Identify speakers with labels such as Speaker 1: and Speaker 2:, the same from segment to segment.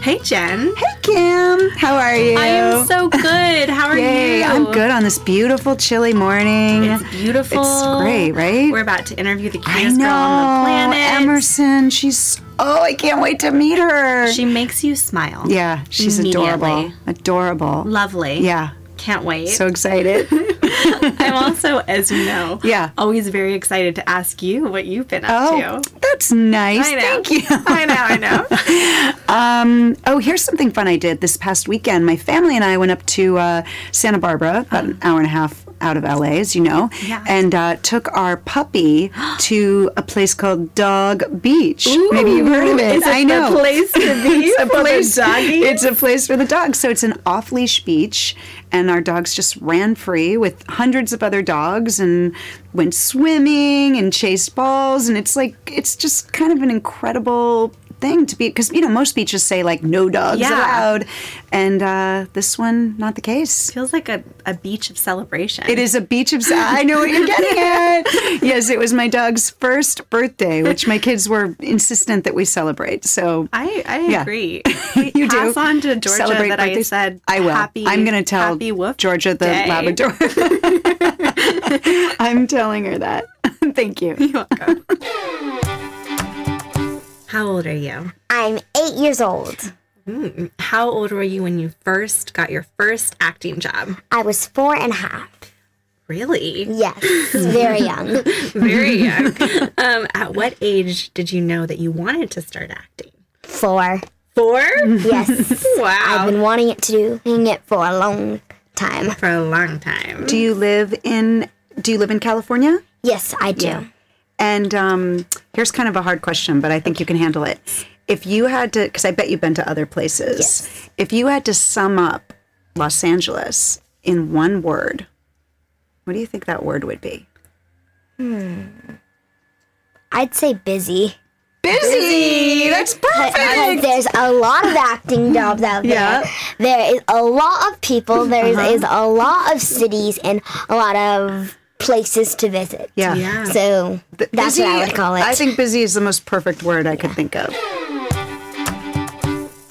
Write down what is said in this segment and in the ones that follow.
Speaker 1: Hey, Jen.
Speaker 2: Hey, Kim. How are you?
Speaker 1: I am so good. How are
Speaker 2: Yay,
Speaker 1: you?
Speaker 2: I'm good on this beautiful, chilly morning.
Speaker 1: It's beautiful.
Speaker 2: It's great, right?
Speaker 1: We're about to interview the
Speaker 2: I
Speaker 1: cutest
Speaker 2: know.
Speaker 1: girl on the planet.
Speaker 2: Emerson, she's. Oh, I can't wait to meet her.
Speaker 1: She makes you smile.
Speaker 2: yeah, she's adorable.
Speaker 1: Immediately.
Speaker 2: Adorable.
Speaker 1: Lovely.
Speaker 2: Yeah.
Speaker 1: Can't wait.
Speaker 2: So excited.
Speaker 1: I'm also, as you know,
Speaker 2: Yeah.
Speaker 1: always very excited to ask you what you've been up
Speaker 2: oh,
Speaker 1: to.
Speaker 2: that's nice.
Speaker 1: I know.
Speaker 2: Thank you.
Speaker 1: I know, I know.
Speaker 2: Um, oh, here's something fun I did this past weekend. My family and I went up to uh, Santa Barbara, about an hour and a half out of LA, as you know,
Speaker 1: Yeah.
Speaker 2: and uh, took our puppy to a place called Dog Beach. Maybe you've heard of it.
Speaker 1: Is it
Speaker 2: I know.
Speaker 1: The place to be
Speaker 2: It's a
Speaker 1: for the
Speaker 2: place.
Speaker 1: doggy?
Speaker 2: It's a place for the dogs. So it's an off-leash beach, and our dogs just ran free with hundreds of other dogs and went swimming and chased balls. And it's like it's just kind of an incredible thing to be because you know most beaches say like no dogs
Speaker 1: Yeah.
Speaker 2: allowed, and uh, this one not the case.
Speaker 1: feels like a, a beach of celebration.
Speaker 2: It is a beach of. I know what you're getting at. Yes, it was my dog's first birthday, which my kids were insistent that we celebrate. So
Speaker 1: I, I
Speaker 2: Yeah.
Speaker 1: agree.
Speaker 2: you do.
Speaker 1: pass on to Georgia
Speaker 2: Celebrate
Speaker 1: that
Speaker 2: birthdays.
Speaker 1: I said
Speaker 2: I will.
Speaker 1: Happy,
Speaker 2: I'm going to tell
Speaker 1: happy woof
Speaker 2: Georgia the
Speaker 1: day.
Speaker 2: Labrador. I'm telling her that. Thank you.
Speaker 1: You're welcome. How old are you?
Speaker 3: I'm eight years old.
Speaker 1: How old were you when you first got your first acting job?
Speaker 3: I was four and a half.
Speaker 1: Really?
Speaker 3: Yes, very young.
Speaker 1: Very young. um, at what age did you know that you wanted to start acting?
Speaker 3: Four.
Speaker 1: Four?
Speaker 3: Yes. Mm. I've
Speaker 1: Wow.
Speaker 3: been wanting it to do it for a long time.
Speaker 1: For a long time.
Speaker 2: Do you live in Do you live in California?
Speaker 3: Yes, I do.
Speaker 2: And um, here's kind of a hard question, but I think you can handle it. If you had to, because I bet you've been to other places, if you had to sum up Los Angeles in one word, what do you think that word would be?
Speaker 3: I'd say busy.
Speaker 2: Busy. That's perfect.
Speaker 3: Because there's a lot of acting jobs out there.
Speaker 2: Yeah. Uh-huh.
Speaker 3: There is a lot of people. There is is a lot of cities and a lot of places to visit.
Speaker 2: Yeah.
Speaker 1: Yeah.
Speaker 3: So
Speaker 2: Th-
Speaker 3: that's what I
Speaker 2: busy-
Speaker 3: would call it.
Speaker 2: I think busy is the most perfect word I could think of.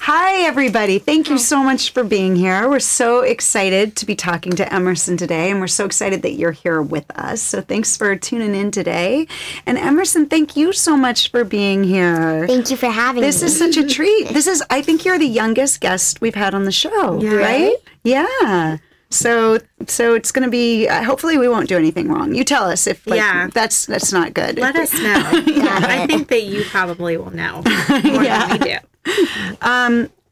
Speaker 2: Hi, everybody. Thank you so much for being here. We're so excited to be talking to Emerson today, and we're so excited that you're here with us. So, thanks for tuning in today. And, Emerson, thank you so much for being here.
Speaker 3: Thank you for having
Speaker 2: This
Speaker 3: me.
Speaker 2: is such a treat. This is, I think you're the youngest guest we've had on the show,
Speaker 1: Yeah.
Speaker 2: right? Yeah. So, so it's going to be. Uh, hopefully, we won't do anything wrong. You tell us if like,
Speaker 1: Yeah.
Speaker 2: that's that's not good.
Speaker 1: Let us know. I think that you probably will know more than we do.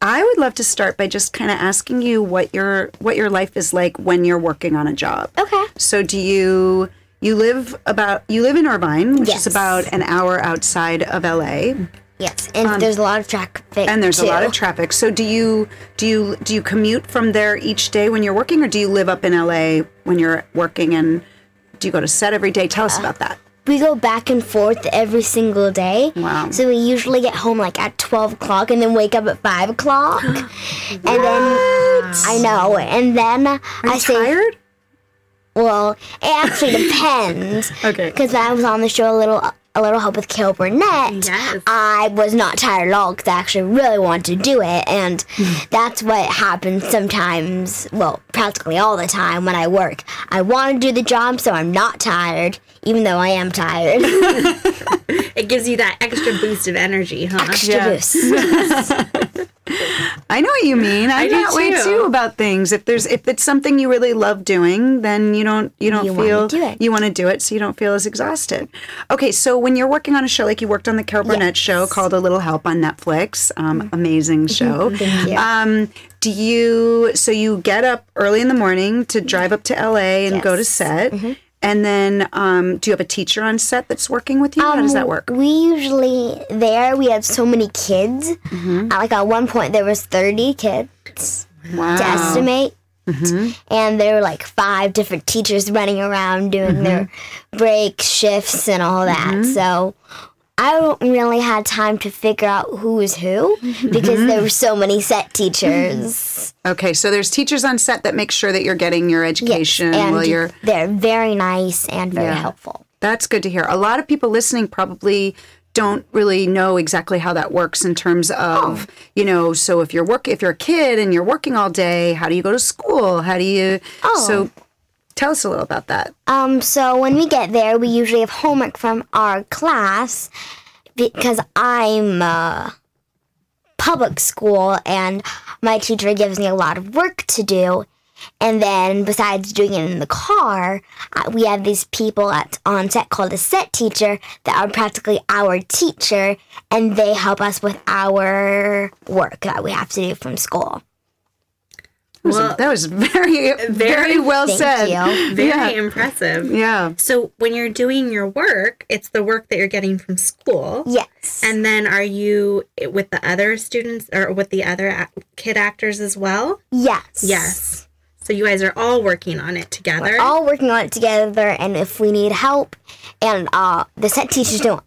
Speaker 2: I would love to start by just kind of asking you what your what your life is like when you're working on a job.
Speaker 3: Okay.
Speaker 2: So do you you live about you live in Irvine, which
Speaker 3: Yes.
Speaker 2: is about an hour outside of LA,
Speaker 3: yes, and there's a lot of traffic.
Speaker 2: um, and there's
Speaker 3: too.
Speaker 2: a lot of traffic. So do you do you do you commute from there each day when you're working, or do you live up in LA when you're working, and do you go to set every day? Tell us
Speaker 3: Uh,
Speaker 2: about that.
Speaker 3: we go back and forth every single day.
Speaker 2: Wow.
Speaker 3: So we usually get home like at 12 o'clock and then wake up at 5 o'clock. and then I know. And then I
Speaker 2: you
Speaker 3: say,
Speaker 2: tired?
Speaker 3: well, it actually depends.
Speaker 2: Okay.
Speaker 3: Because I was on the show a little. A little help with Carol Burnett.
Speaker 1: Yes.
Speaker 3: I was not tired at all because I actually really wanted to do it, and that's what happens sometimes. Well, practically all the time when I work. I want to do the job, so I'm not tired, even though I am tired.
Speaker 1: It gives you that extra boost of energy, huh?
Speaker 3: extra
Speaker 2: Yeah.
Speaker 3: boost.
Speaker 2: I know what you mean. I'm
Speaker 1: do
Speaker 2: that way
Speaker 1: too.
Speaker 2: too about things. If there's if it's something you really love doing, then you don't you don't
Speaker 3: You wanna
Speaker 2: feel
Speaker 3: do it.
Speaker 2: you want to do it, so you don't feel as exhausted. Okay, so when you're working on a show like you worked on the Carol Burnett show called A Little Help on Netflix, um, amazing show. Thank
Speaker 3: Mm-hmm. you.
Speaker 2: Um, do you so you get up early in the morning to drive up to LA and go to
Speaker 3: Mm-hmm. Yes. Mm-hmm.
Speaker 2: set? And then, um, do you have a teacher on set that's working with you? How
Speaker 3: Um,
Speaker 2: does that work?
Speaker 3: We usually there. We had so many kids. At, like at one point, there was thirty kids
Speaker 2: Wow.
Speaker 3: to estimate, and there were like five different teachers running around doing their break shifts and all that. So. I don't really had time to figure out who was who because there were so many set teachers.
Speaker 2: Okay, so there's teachers on set that make sure that you're getting your education
Speaker 3: and
Speaker 2: while you're
Speaker 3: they're very nice and very
Speaker 2: Yeah.
Speaker 3: helpful.
Speaker 2: That's good to hear. A lot of people listening probably don't really know exactly how that works in terms of
Speaker 3: Oh.
Speaker 2: you know so if you're work if you're a kid and you're working all day how do you go to school how do you
Speaker 3: Oh.
Speaker 2: so tell us a little about that
Speaker 3: Um, so when we get there, we usually have homework from our class because I'm uh, public school and my teacher gives me a lot of work to do. And then besides doing it in the car, uh, we have these people at on set called a set teacher that are practically our teacher and they help us with our work that we have to do from school.
Speaker 2: That was- that was very very, well
Speaker 3: Thank
Speaker 2: said
Speaker 3: you.
Speaker 1: Very
Speaker 2: yeah
Speaker 1: impressive.
Speaker 2: yeah
Speaker 1: So when you're doing your work, it's the work that you're getting from school.
Speaker 3: Yes.
Speaker 1: And then are you with the other students or with the other ac- kid actors as well?
Speaker 3: yes.
Speaker 1: Yes. So you guys are all working on it together.
Speaker 3: all working on it together and if we need help and uh, the set teachers don't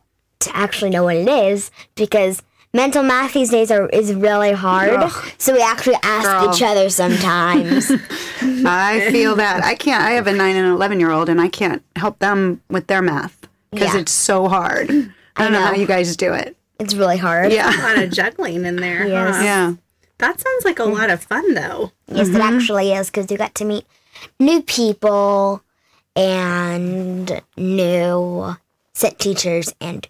Speaker 3: actually know what it is because mental math these days are, is really hard so we actually ask
Speaker 2: Girl.
Speaker 3: each other sometimes
Speaker 2: I feel that. I can't. I have a nine and eleven year old, and I can't help them with their math because
Speaker 3: Yeah.
Speaker 2: it's so hard. I don't know. how
Speaker 3: know.
Speaker 2: you guys do it.
Speaker 3: it's really hard
Speaker 1: a
Speaker 2: Yeah,
Speaker 1: lot of juggling in there.
Speaker 3: Yes.
Speaker 1: huh?
Speaker 2: yeah.
Speaker 1: That sounds like a lot of fun though.
Speaker 3: yes
Speaker 2: Mm-hmm.
Speaker 3: it actually is because you got to meet new people and new set teachers and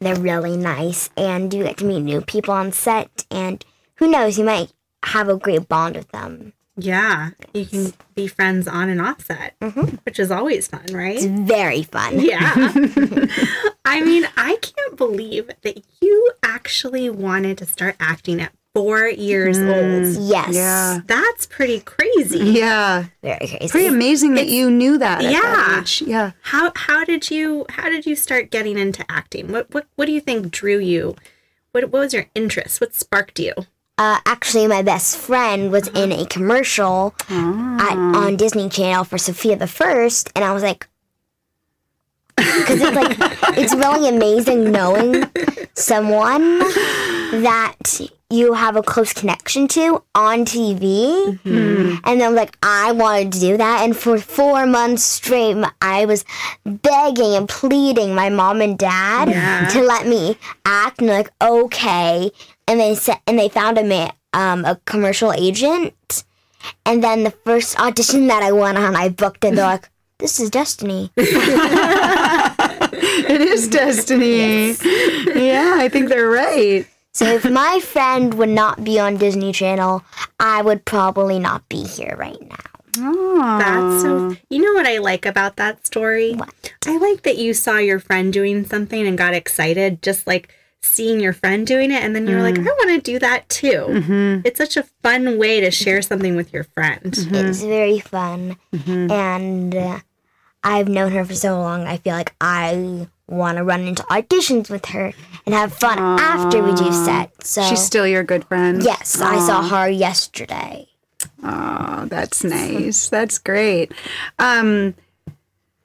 Speaker 3: they're really nice and you get to meet new people on set and who knows you might have a great bond with them
Speaker 1: Yeah. You can be friends on and off set, which is always fun, right?
Speaker 3: it's very fun
Speaker 1: Yeah. I mean, I can't believe that you actually wanted to start acting at four years old.
Speaker 3: Yes.
Speaker 2: Yeah.
Speaker 1: That's pretty crazy.
Speaker 2: Yeah,
Speaker 3: Very crazy.
Speaker 2: pretty amazing that you knew that. at that
Speaker 1: Yeah.
Speaker 2: age. yeah.
Speaker 1: How how did you how did you start getting into acting? What what what do you think drew you? What what was your interest? What sparked you?
Speaker 3: uh, actually, my best friend was in a commercial at,
Speaker 2: Ah.
Speaker 3: on Disney Channel for Sophia the First, and I was like, because it's like it's really amazing knowing someone that you have a close connection to on TV, and then like I wanted to do that, and for four months straight, I was begging and pleading my mom and dad
Speaker 1: Yeah.
Speaker 3: to let me act and like okay and they said and they found a ma- um, a commercial agent and then the first audition that i went on i booked and they're like this is destiny
Speaker 2: It is destiny. Yeah, I think they're right.
Speaker 3: so if my friend would not be on disney channel i would probably not be here right now
Speaker 2: Oh,
Speaker 1: That's
Speaker 3: Um,
Speaker 1: so You know what I like about that story? I like that you saw your friend doing something and got excited just like seeing your friend doing it and then you're
Speaker 3: Mm.
Speaker 1: like, I want to do that too.
Speaker 3: Mm-hmm.
Speaker 1: It's such a fun way to share something with your friend.
Speaker 2: Mm-hmm.
Speaker 3: it's very fun and uh, i've known her for so long i feel like i want to run into auditions with her and have fun after we do set so
Speaker 2: she's still your good friend.
Speaker 3: yes i saw her yesterday
Speaker 2: Oh, that's nice. That's great. Um,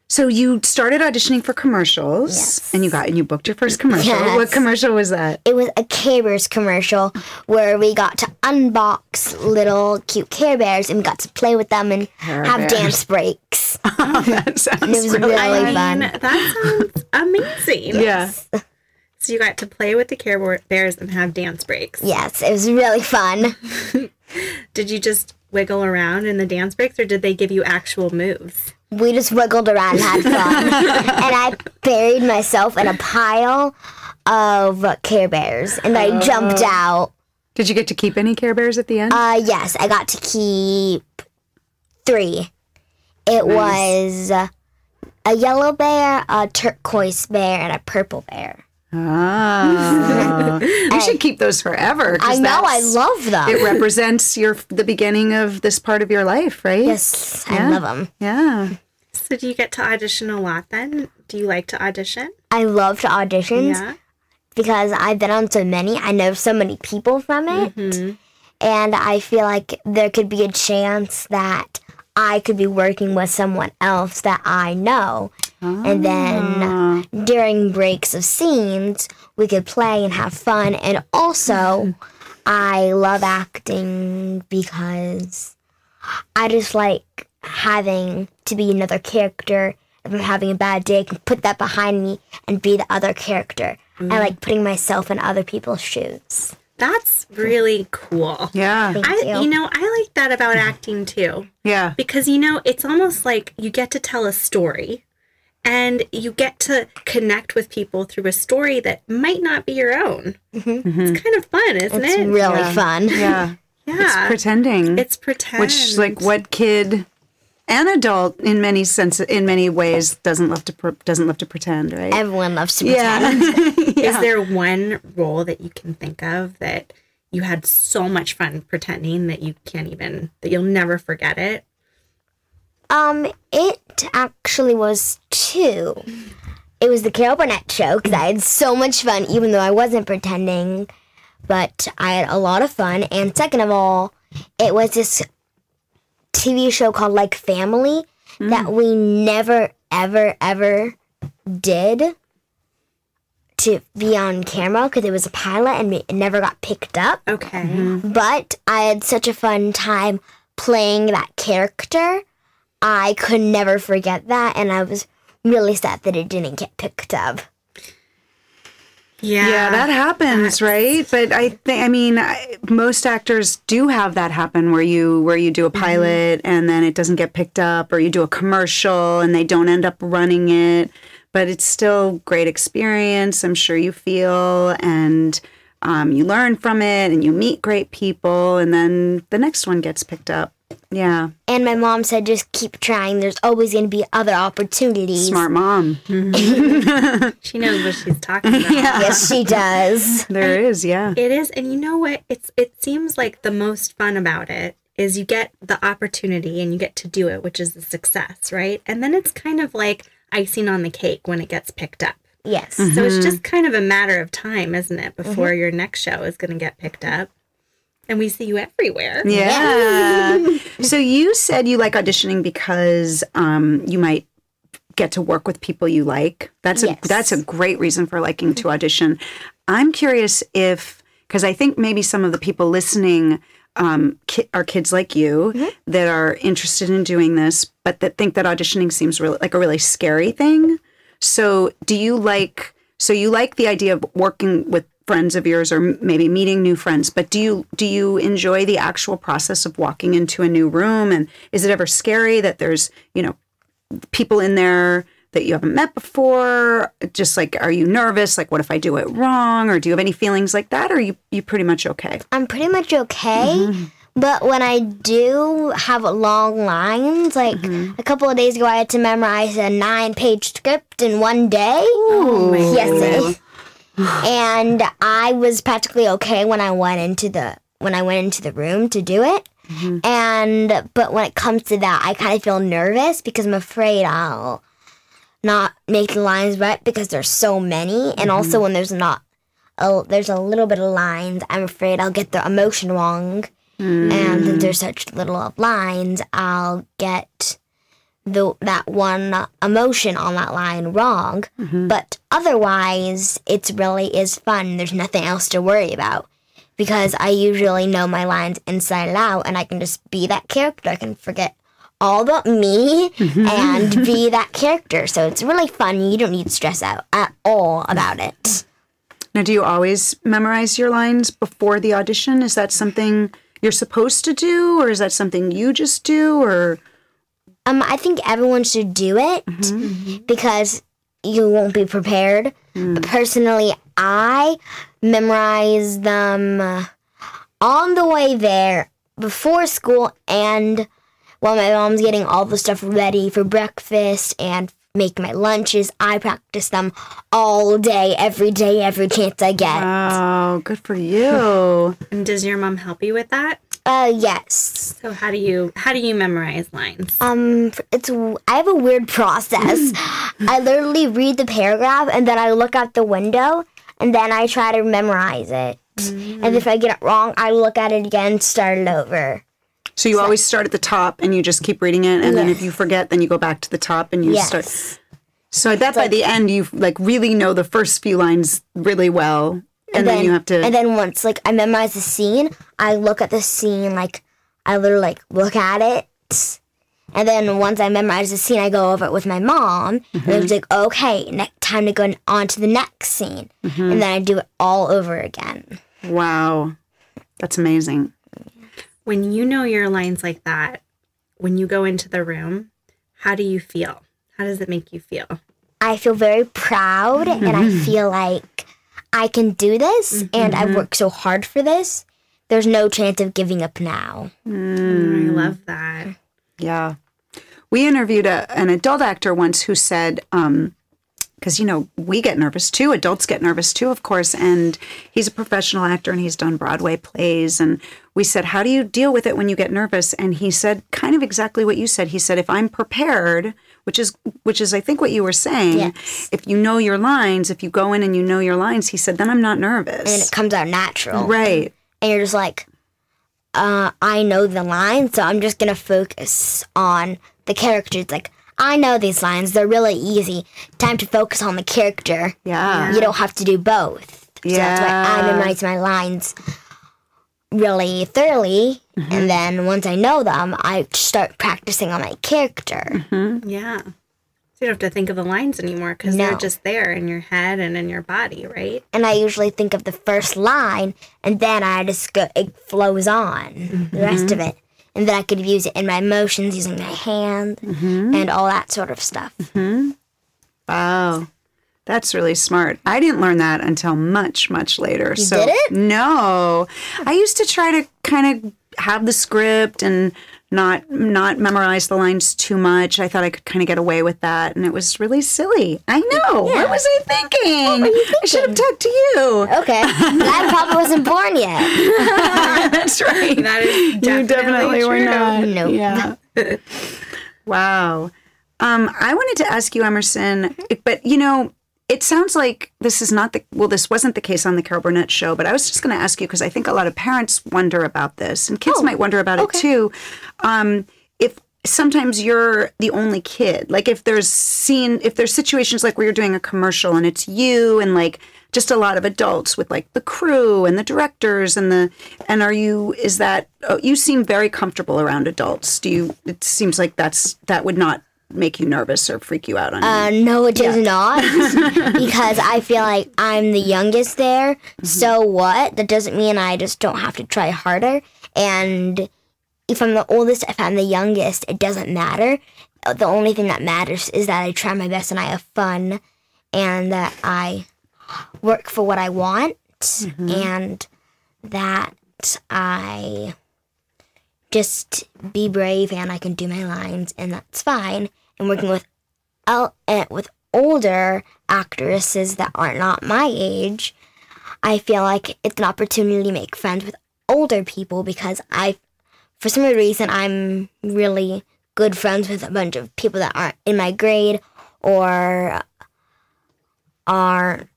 Speaker 2: so you started auditioning for commercials, and you got and you booked your first commercial.
Speaker 3: Yes.
Speaker 2: What commercial was that?
Speaker 3: it was a Care Bears commercial where we got to unbox little cute Care Bears and we got to play with them and have
Speaker 2: Bears.
Speaker 3: dance breaks. It
Speaker 2: that sounds
Speaker 3: was really, fun.
Speaker 1: that sounds amazing.
Speaker 2: yeah.
Speaker 1: So you got to play with the Care Bear- Bears and have dance breaks.
Speaker 3: Yes, it was really fun.
Speaker 1: Did you just wiggle around in the dance breaks or did they give you actual moves?
Speaker 3: We just wiggled around and had fun. and I buried myself in a pile of Care Bears and I jumped
Speaker 2: Oh.
Speaker 3: out.
Speaker 2: Did you get to keep any Care Bears at the end?
Speaker 3: Uh, yes, I got to keep three. It was uh, a yellow bear, a turquoise bear, and a purple bear.
Speaker 2: Ah, you should keep those forever. 'cause
Speaker 3: I know, I
Speaker 2: that's-
Speaker 3: love them.
Speaker 2: It represents your the beginning of this part of your life, right?
Speaker 3: yes, I love them.
Speaker 2: Yeah.
Speaker 1: So do you get to audition a lot then? Do you like to audition?
Speaker 3: I loved auditions because I've been on so many. I know so many people from it. And I feel like there could be a chance that I could be working with someone else that I know. And then during breaks of scenes, we could play and have fun. And also, I love acting because I just like having to be another character. If I'm having a bad day, I can put that behind me and be the other character.
Speaker 2: Mm.
Speaker 3: I like putting myself in other people's shoes.
Speaker 1: That's really cool.
Speaker 2: Yeah.
Speaker 1: I,
Speaker 3: you.
Speaker 1: you know, I like that about acting too.
Speaker 2: Yeah.
Speaker 1: because you know it's almost like you get to tell a story and you get to connect with people through a story that might not be your own
Speaker 2: Mm-hmm.
Speaker 1: it's kind of fun isn't
Speaker 3: Mm-hmm. It's
Speaker 1: it
Speaker 3: really fun.
Speaker 2: Yeah.
Speaker 1: yeah it's,
Speaker 2: Pretending.
Speaker 1: pretend
Speaker 2: which like what kid an adult in many sense in many ways doesn't love to pre- doesn't love to pretend right
Speaker 3: Everyone loves to pretend.
Speaker 2: yeah
Speaker 1: is there one role that you can think of that you had so much fun pretending that you can't even that you'll never forget it
Speaker 3: Um, it actually was two. It was the Carol Burnett show because I had so much fun, even though I wasn't pretending. But I had a lot of fun. And second of all, it was this TV show called Like Family that we never, ever, ever did to be on camera because it was a pilot and it never got picked up.
Speaker 1: okay
Speaker 3: But I had such a fun time playing that character. I could never forget that, and I was really sad that it didn't get picked up.
Speaker 1: yeah,
Speaker 2: yeah that happens right but i think i mean I, most actors do have that happen where you where you do a pilot and then it doesn't get picked up or you do a commercial and they don't end up running it but it's still great experience i'm sure you feel and um, you learn from it and you meet great people and then the next one gets picked up yeah
Speaker 3: And my mom said, just keep trying. There's always going to be other opportunities.
Speaker 2: Smart mom.
Speaker 1: she knows what she's talking about
Speaker 3: Yes, she does.
Speaker 2: There is, yeah.
Speaker 1: It is, and you know what? It's it seems like the most fun about it is you get the opportunity and you get to do it, which is the success, right? And then it's kind of like icing on the cake when it gets picked up.
Speaker 3: Yes.
Speaker 1: So it's just kind of a matter of time, isn't it, before your next show is going to get picked up. And we see you everywhere.
Speaker 2: Yeah. so you said you like auditioning because um, you might get to work with people you like. That's a
Speaker 3: Yes.
Speaker 2: that's a great reason for liking to audition. I'm curious if because I think maybe some of the people listening um, ki- are kids like you that are interested in doing this, but that think that auditioning seems really like a really scary thing. So, do you like so you like the idea of working with friends of yours or m- maybe meeting new friends, but do you do you enjoy the actual process of walking into a new room and is it ever scary that there's, you know, people in there that you haven't met before? Just like are you nervous like what if I do it wrong or do you have any feelings like that or are you you pretty much okay?
Speaker 3: I'm pretty much okay. But when I do have long lines, like a couple of days ago, I had to memorize a nine page script in one day. yes. and I was practically okay when I went into the when I went into the room to do it. And but when it comes to that, I kind of feel nervous because I'm afraid I'll not make the lines right because there's so many, and also when there's not a, Oh, there's a little bit of lines, I'm afraid I'll get the emotion wrong. And since there's such little of lines, I'll get the that one emotion on that line wrong. But otherwise, it's really is fun. There's nothing else to worry about because I usually know my lines inside and out, and I can just be that character. I can forget all about me and be that character. So it's really fun. You don't need to stress out at all about it.
Speaker 2: Now, do you always memorize your lines before the audition? Is that something you're supposed to do, or is that something you just do? Or
Speaker 3: Um, I think everyone should do it because you won't be prepared. But personally, I memorize them uh, on the way there before school and while my mom's getting all the stuff ready for breakfast and making my lunches. I practice them all day, every day, every chance I get.
Speaker 2: oh, good for you!
Speaker 1: And does your mom help you with that?
Speaker 3: Uh, yes.
Speaker 1: So how do you how do you memorize lines?
Speaker 3: Um, it's I have a weird process. I literally read the paragraph and then I look out the window and then I try to memorize it. And if I get it wrong, I look at it again, start it over.
Speaker 2: So you always start at the top and you just keep reading it, and then if you forget, then you go back to the top and you
Speaker 3: Yes.
Speaker 2: start. So I bet by the end you like really know the first few lines really well, and, then, you have to.
Speaker 3: And then once like I memorize the scene, I look at the scene like I literally like look at it.
Speaker 2: Mm-hmm.
Speaker 3: And then once I memorize the scene, I go over it with my mom. And it's like, okay, next time to go on to the next scene.
Speaker 2: Mm-hmm.
Speaker 3: And then I do it all over again.
Speaker 2: Wow. That's amazing.
Speaker 1: When you know your lines like that, when you go into the room, how do you feel? How does it make you feel?
Speaker 3: I feel very proud and I feel like I can do this and I worked so hard for this. There's no chance of giving up now.
Speaker 1: I love that.
Speaker 2: Yeah. We interviewed a, an adult actor once who said, um, because you know we get nervous too adults get nervous too of course and he's a professional actor and he's done broadway plays and we said how do you deal with it when you get nervous and he said kind of exactly what you said he said if i'm prepared which is which is i think what you were saying
Speaker 3: Yes.
Speaker 2: if you know your lines if you go in and you know your lines he said then i'm not
Speaker 3: And
Speaker 2: nervous
Speaker 3: it comes out natural.
Speaker 2: right
Speaker 3: and you're just like, uh, I know the line, so I'm just gonna focus on the character. It's like, I know these lines, they're really easy. Time to focus on the character.
Speaker 2: yeah
Speaker 3: You don't have to do both. So that's why I memorize my lines really thoroughly. And then once I know them, I start practicing on my character.
Speaker 1: Yeah. So you don't have to think of the lines anymore because
Speaker 3: No.
Speaker 1: they're just there in your head and in your body, right?
Speaker 3: and I usually think of the first line, and then I just go. It flows on the rest of it, and then I could use it in my motions using my hand and all that sort of stuff.
Speaker 2: wow that's really smart. I didn't learn that until much, much later. so
Speaker 3: didn't?
Speaker 2: no, I used to try to kind of have the script and not not memorize the lines too much. I thought I could kind of get away with that, and it was really silly. I know. What was I thinking? I should have talked to you.
Speaker 3: Okay, but I probably wasn't born yet.
Speaker 2: That's right.
Speaker 1: That is definitely,
Speaker 2: you definitely were
Speaker 1: true.
Speaker 2: not.
Speaker 3: No.
Speaker 2: Yeah. wow. Um, I wanted to ask you, Emerson, but you know, it sounds like this is not the well. This wasn't the case on the Carol Burnett show, but I was just going to ask you because I think a lot of parents wonder about this, and kids might wonder about it too. Um, if sometimes you're the only kid, like if there's scene, if there's situations like where you're doing a commercial and it's you and like just a lot of adults with like the crew and the directors and the and are you is that oh, you seem very comfortable around adults? Do you? It seems like that's that would not make you nervous or freak you out on
Speaker 3: Uh, no, it does not, because I feel like I'm the youngest there. So what? That doesn't mean I just don't have to try harder. And if I'm the oldest, if I'm the youngest, it doesn't matter. Uh, The only thing that matters is that I try my best and I have fun, and that I work for what I want, and that I just be brave and I can do my lines, and that's fine. And working with el- uh, with older actresses that are not my age, I feel like it's an opportunity to make friends with older people because I, for some reason, I'm really good friends with a bunch of people that aren't in my grade or aren't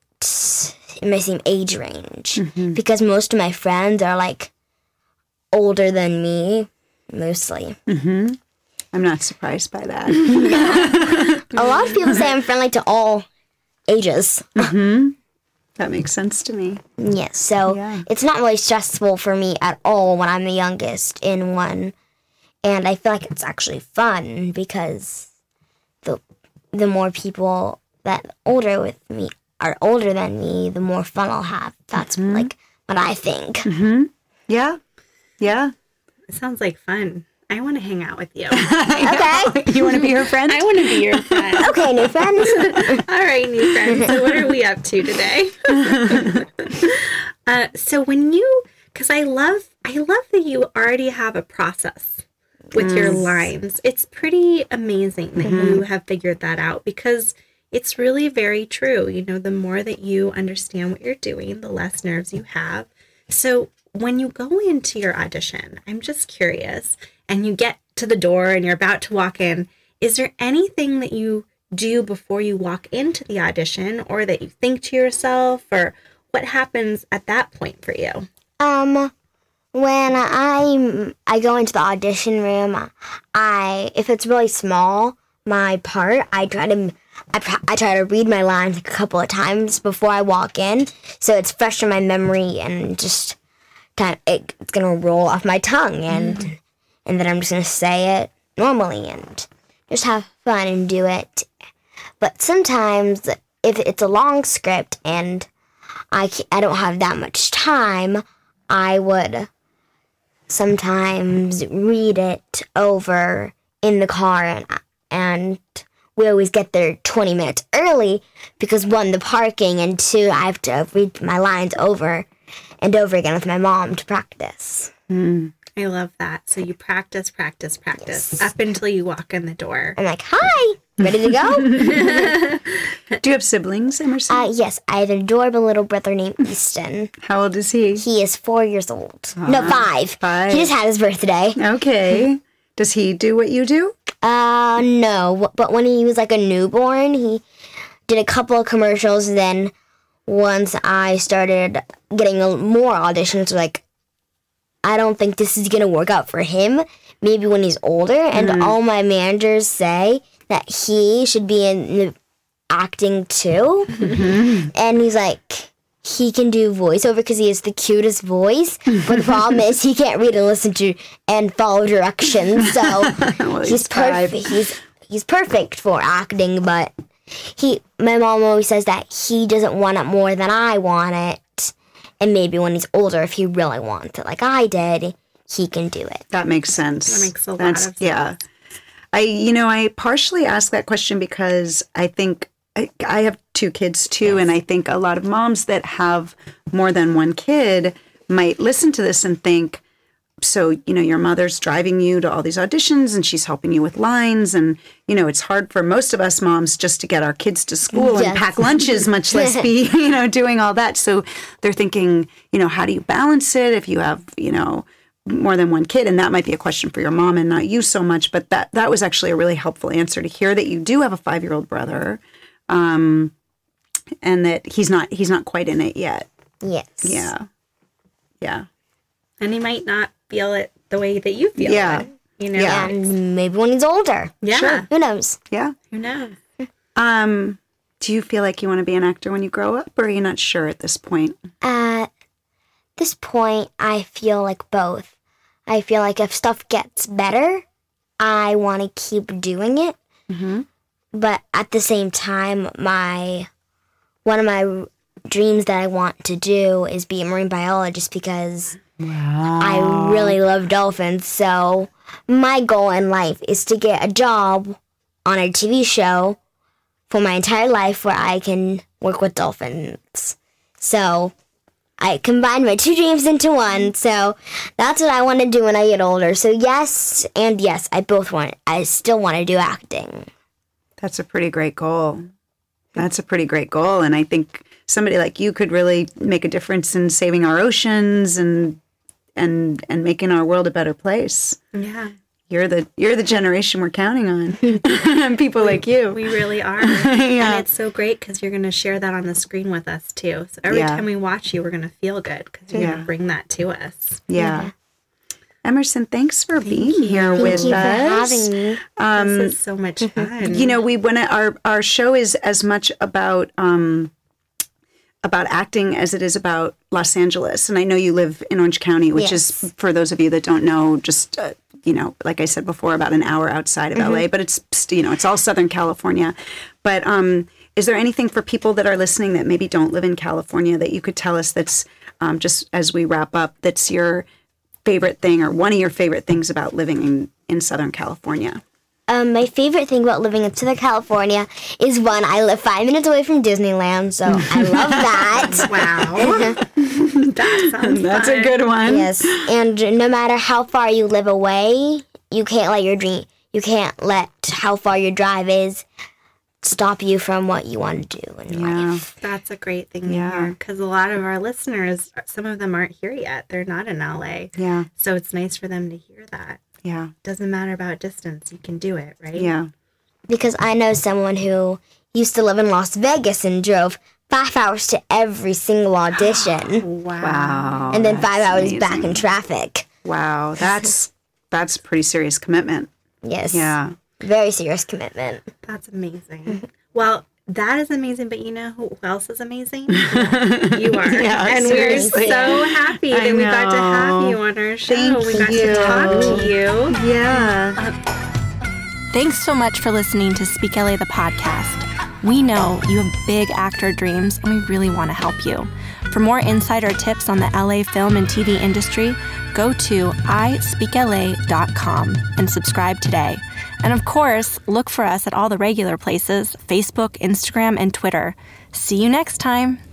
Speaker 3: in my same age range because most of my friends are like older than me mostly
Speaker 2: I'm not surprised by that.
Speaker 3: a lot of people say i'm friendly to all ages
Speaker 2: that makes sense to me.
Speaker 3: Yes, so
Speaker 2: Yeah.
Speaker 3: it's not really stressful for me at all when I'm the youngest in one, and I feel like it's actually fun because the the more people that older with me are older than me, the more fun I'll have. That's like what I think.
Speaker 2: Yeah. Yeah.
Speaker 1: It sounds like fun. I want to hang out with you.
Speaker 3: Okay,
Speaker 2: You want to be her friend?
Speaker 1: I want to be your friend.
Speaker 3: okay, new friends.
Speaker 1: All right, new friends. So, what are we up to today? uh, so, when you, because I love, I love that you already have a process with your lines. It's pretty amazing that you have figured that out because it's really very true. You know, the more that you understand what you're doing, the less nerves you have. So, when you go into your audition, I'm just curious, and you get to the door and you're about to walk in, is there anything that you do before you walk into the audition or that you think to yourself or what happens at that point for you?
Speaker 3: Um, when I I go into the audition room, I if it's really small, my part I try to I, pr- I try to read my lines like a couple of times before I walk in, so it's fresh in my memory and just time it, it's gonna roll off my tongue and and then I'm just gonna say it normally and just have fun and do it. But sometimes if it's a long script and I ca- I don't have that much time, I would sometimes read it over in the car and and we always get there 20 minutes early because one the parking and two I have to read my lines over and over again with my mom to practice.
Speaker 1: I love that. So you practice, practice, practice up until you walk in the door.
Speaker 3: I'm like, "Hi, ready to go?"
Speaker 2: Do you have siblings, Emerson?
Speaker 3: uh, yes, I have an adorable little brother named Easton.
Speaker 2: How old is he?
Speaker 3: He is 4 years old. No, 5.
Speaker 2: five.
Speaker 3: He just had his birthday.
Speaker 2: Okay. Does he do what you do?
Speaker 3: Uh, no. But when he was like a newborn, he did a couple of commercials. Then once I started getting a- more auditions, like, I don't think this is gonna work out for him. Maybe when he's older. And all my managers say that he should be in the acting too. And he's like, he can do voiceover because he has the cutest voice. But the problem is he can't read and listen to and follow directions. So he's,
Speaker 2: he's five.
Speaker 3: perfect. He's he's perfect for acting. But he, my mom always says that he doesn't want it more than I want it. And maybe when he's older, if he really wants it, like I did, he can do it.
Speaker 2: That makes sense.
Speaker 1: That makes a lot of sense.
Speaker 2: Yeah. I, you know, I partially ask that question because I think I, I have two kids too, and I think a lot of moms that have more than one kid might listen to this and think, so, you know, your mother's driving you to all these auditions and she's helping you with lines. And, you know, it's hard for most of us moms just to get our kids to school and
Speaker 3: Yes.
Speaker 2: pack lunches, much less be, you know, doing all that. So they're thinking, you know, how do you balance it if you have, you know, more than one kid and that might be a question for your mom and not you so much but that that was actually a really helpful answer to hear that you do have a 5-year-old brother um and that he's not he's not quite in it yet
Speaker 3: Yes.
Speaker 2: yeah yeah
Speaker 1: And he might not feel it the way that you feel.
Speaker 2: Yeah.
Speaker 1: it, you know?
Speaker 2: Yeah.
Speaker 3: And maybe when he's older.
Speaker 1: Yeah.
Speaker 3: Who knows?
Speaker 2: yeah
Speaker 1: Who knows?
Speaker 2: um do you feel like you want to be an actor when you grow up or are you not sure at this point
Speaker 3: At this point, I feel like both. I feel like if stuff gets better, I want to keep doing it. But at the same time, my one of my dreams that I want to do is be a marine biologist because I really love dolphins. So my goal in life is to get a job on a TV show for my entire life where I can work with dolphins. So I combined my two dreams into one. So that's what I want to do when I get older. So yes and yes, I both want. I still want to do acting.
Speaker 2: That's a pretty great goal. That's a pretty great goal. And I think somebody like you could really make a difference in saving our oceans and and and making our world a better place.
Speaker 1: Yeah.
Speaker 2: You're the you're the generation we're counting on. People like you.
Speaker 1: We really are.
Speaker 2: Yeah.
Speaker 1: And it's so great because you're going to share that on the screen with us too. So every
Speaker 2: Yeah.
Speaker 1: time we watch you, we're going to feel good because you're going
Speaker 2: Yeah.
Speaker 1: to bring that to us.
Speaker 2: Yeah. Emerson, thanks for being here with
Speaker 3: Thank you for
Speaker 2: us.
Speaker 3: having me.
Speaker 2: Um,
Speaker 1: this is so much fun.
Speaker 2: you know we want to our our show is as much about um about acting as it is about Los Angeles and I know you live in Orange County which is for those of you that don't know just uh, you know like I said before about an hour outside of LA but it's st- you know it's all southern California but um is there anything for people that are listening that maybe don't live in California that you could tell us that's um, just as we wrap up that's your favorite thing or one of your favorite things about living in, in Southern California?
Speaker 3: Um, my favorite thing about living in Southern California is one, I live five minutes away from Disneyland, so I love that.
Speaker 1: wow. that sounds
Speaker 2: That's
Speaker 1: fun.
Speaker 2: a good one.
Speaker 3: yes, and no matter how far you live away, you can't let your dream, you can't let how far your drive is stop you from what you want to do in
Speaker 2: Yeah.
Speaker 3: life.
Speaker 1: That's a great thing to
Speaker 2: Yeah.
Speaker 1: hear because a lot of our listeners, some of them aren't here yet. They're not in LA.
Speaker 2: Yeah.
Speaker 1: So it's nice for them to hear that.
Speaker 2: Yeah.
Speaker 1: Doesn't matter about distance, you can do it, right?
Speaker 2: Yeah.
Speaker 3: Because I know someone who used to live in Las Vegas and drove five hours to every single audition,
Speaker 1: Wow.
Speaker 2: Wow.
Speaker 3: and then five
Speaker 2: that's
Speaker 3: hours back
Speaker 2: amazing.
Speaker 3: in traffic.
Speaker 2: Wow. That's that's pretty serious commitment.
Speaker 3: Yes.
Speaker 2: Yeah.
Speaker 3: Very serious commitment.
Speaker 1: That's amazing. Well, that is amazing, but you know who else is amazing? you are.
Speaker 2: Yeah,
Speaker 1: and
Speaker 2: seriously.
Speaker 1: we're so happy that
Speaker 2: I
Speaker 1: we got to have
Speaker 2: know.
Speaker 1: you on our show.
Speaker 2: Thank
Speaker 1: we got
Speaker 2: you.
Speaker 1: to talk to you.
Speaker 2: Yeah.
Speaker 4: Thanks so much for listening to Speak LA the podcast. We know you have big actor dreams and we really want to help you. For more insider tips on the LA film and TV industry, go to ispeakla.com and subscribe today. And of course, look for us at all the regular places Facebook, Instagram, and Twitter. See you next time.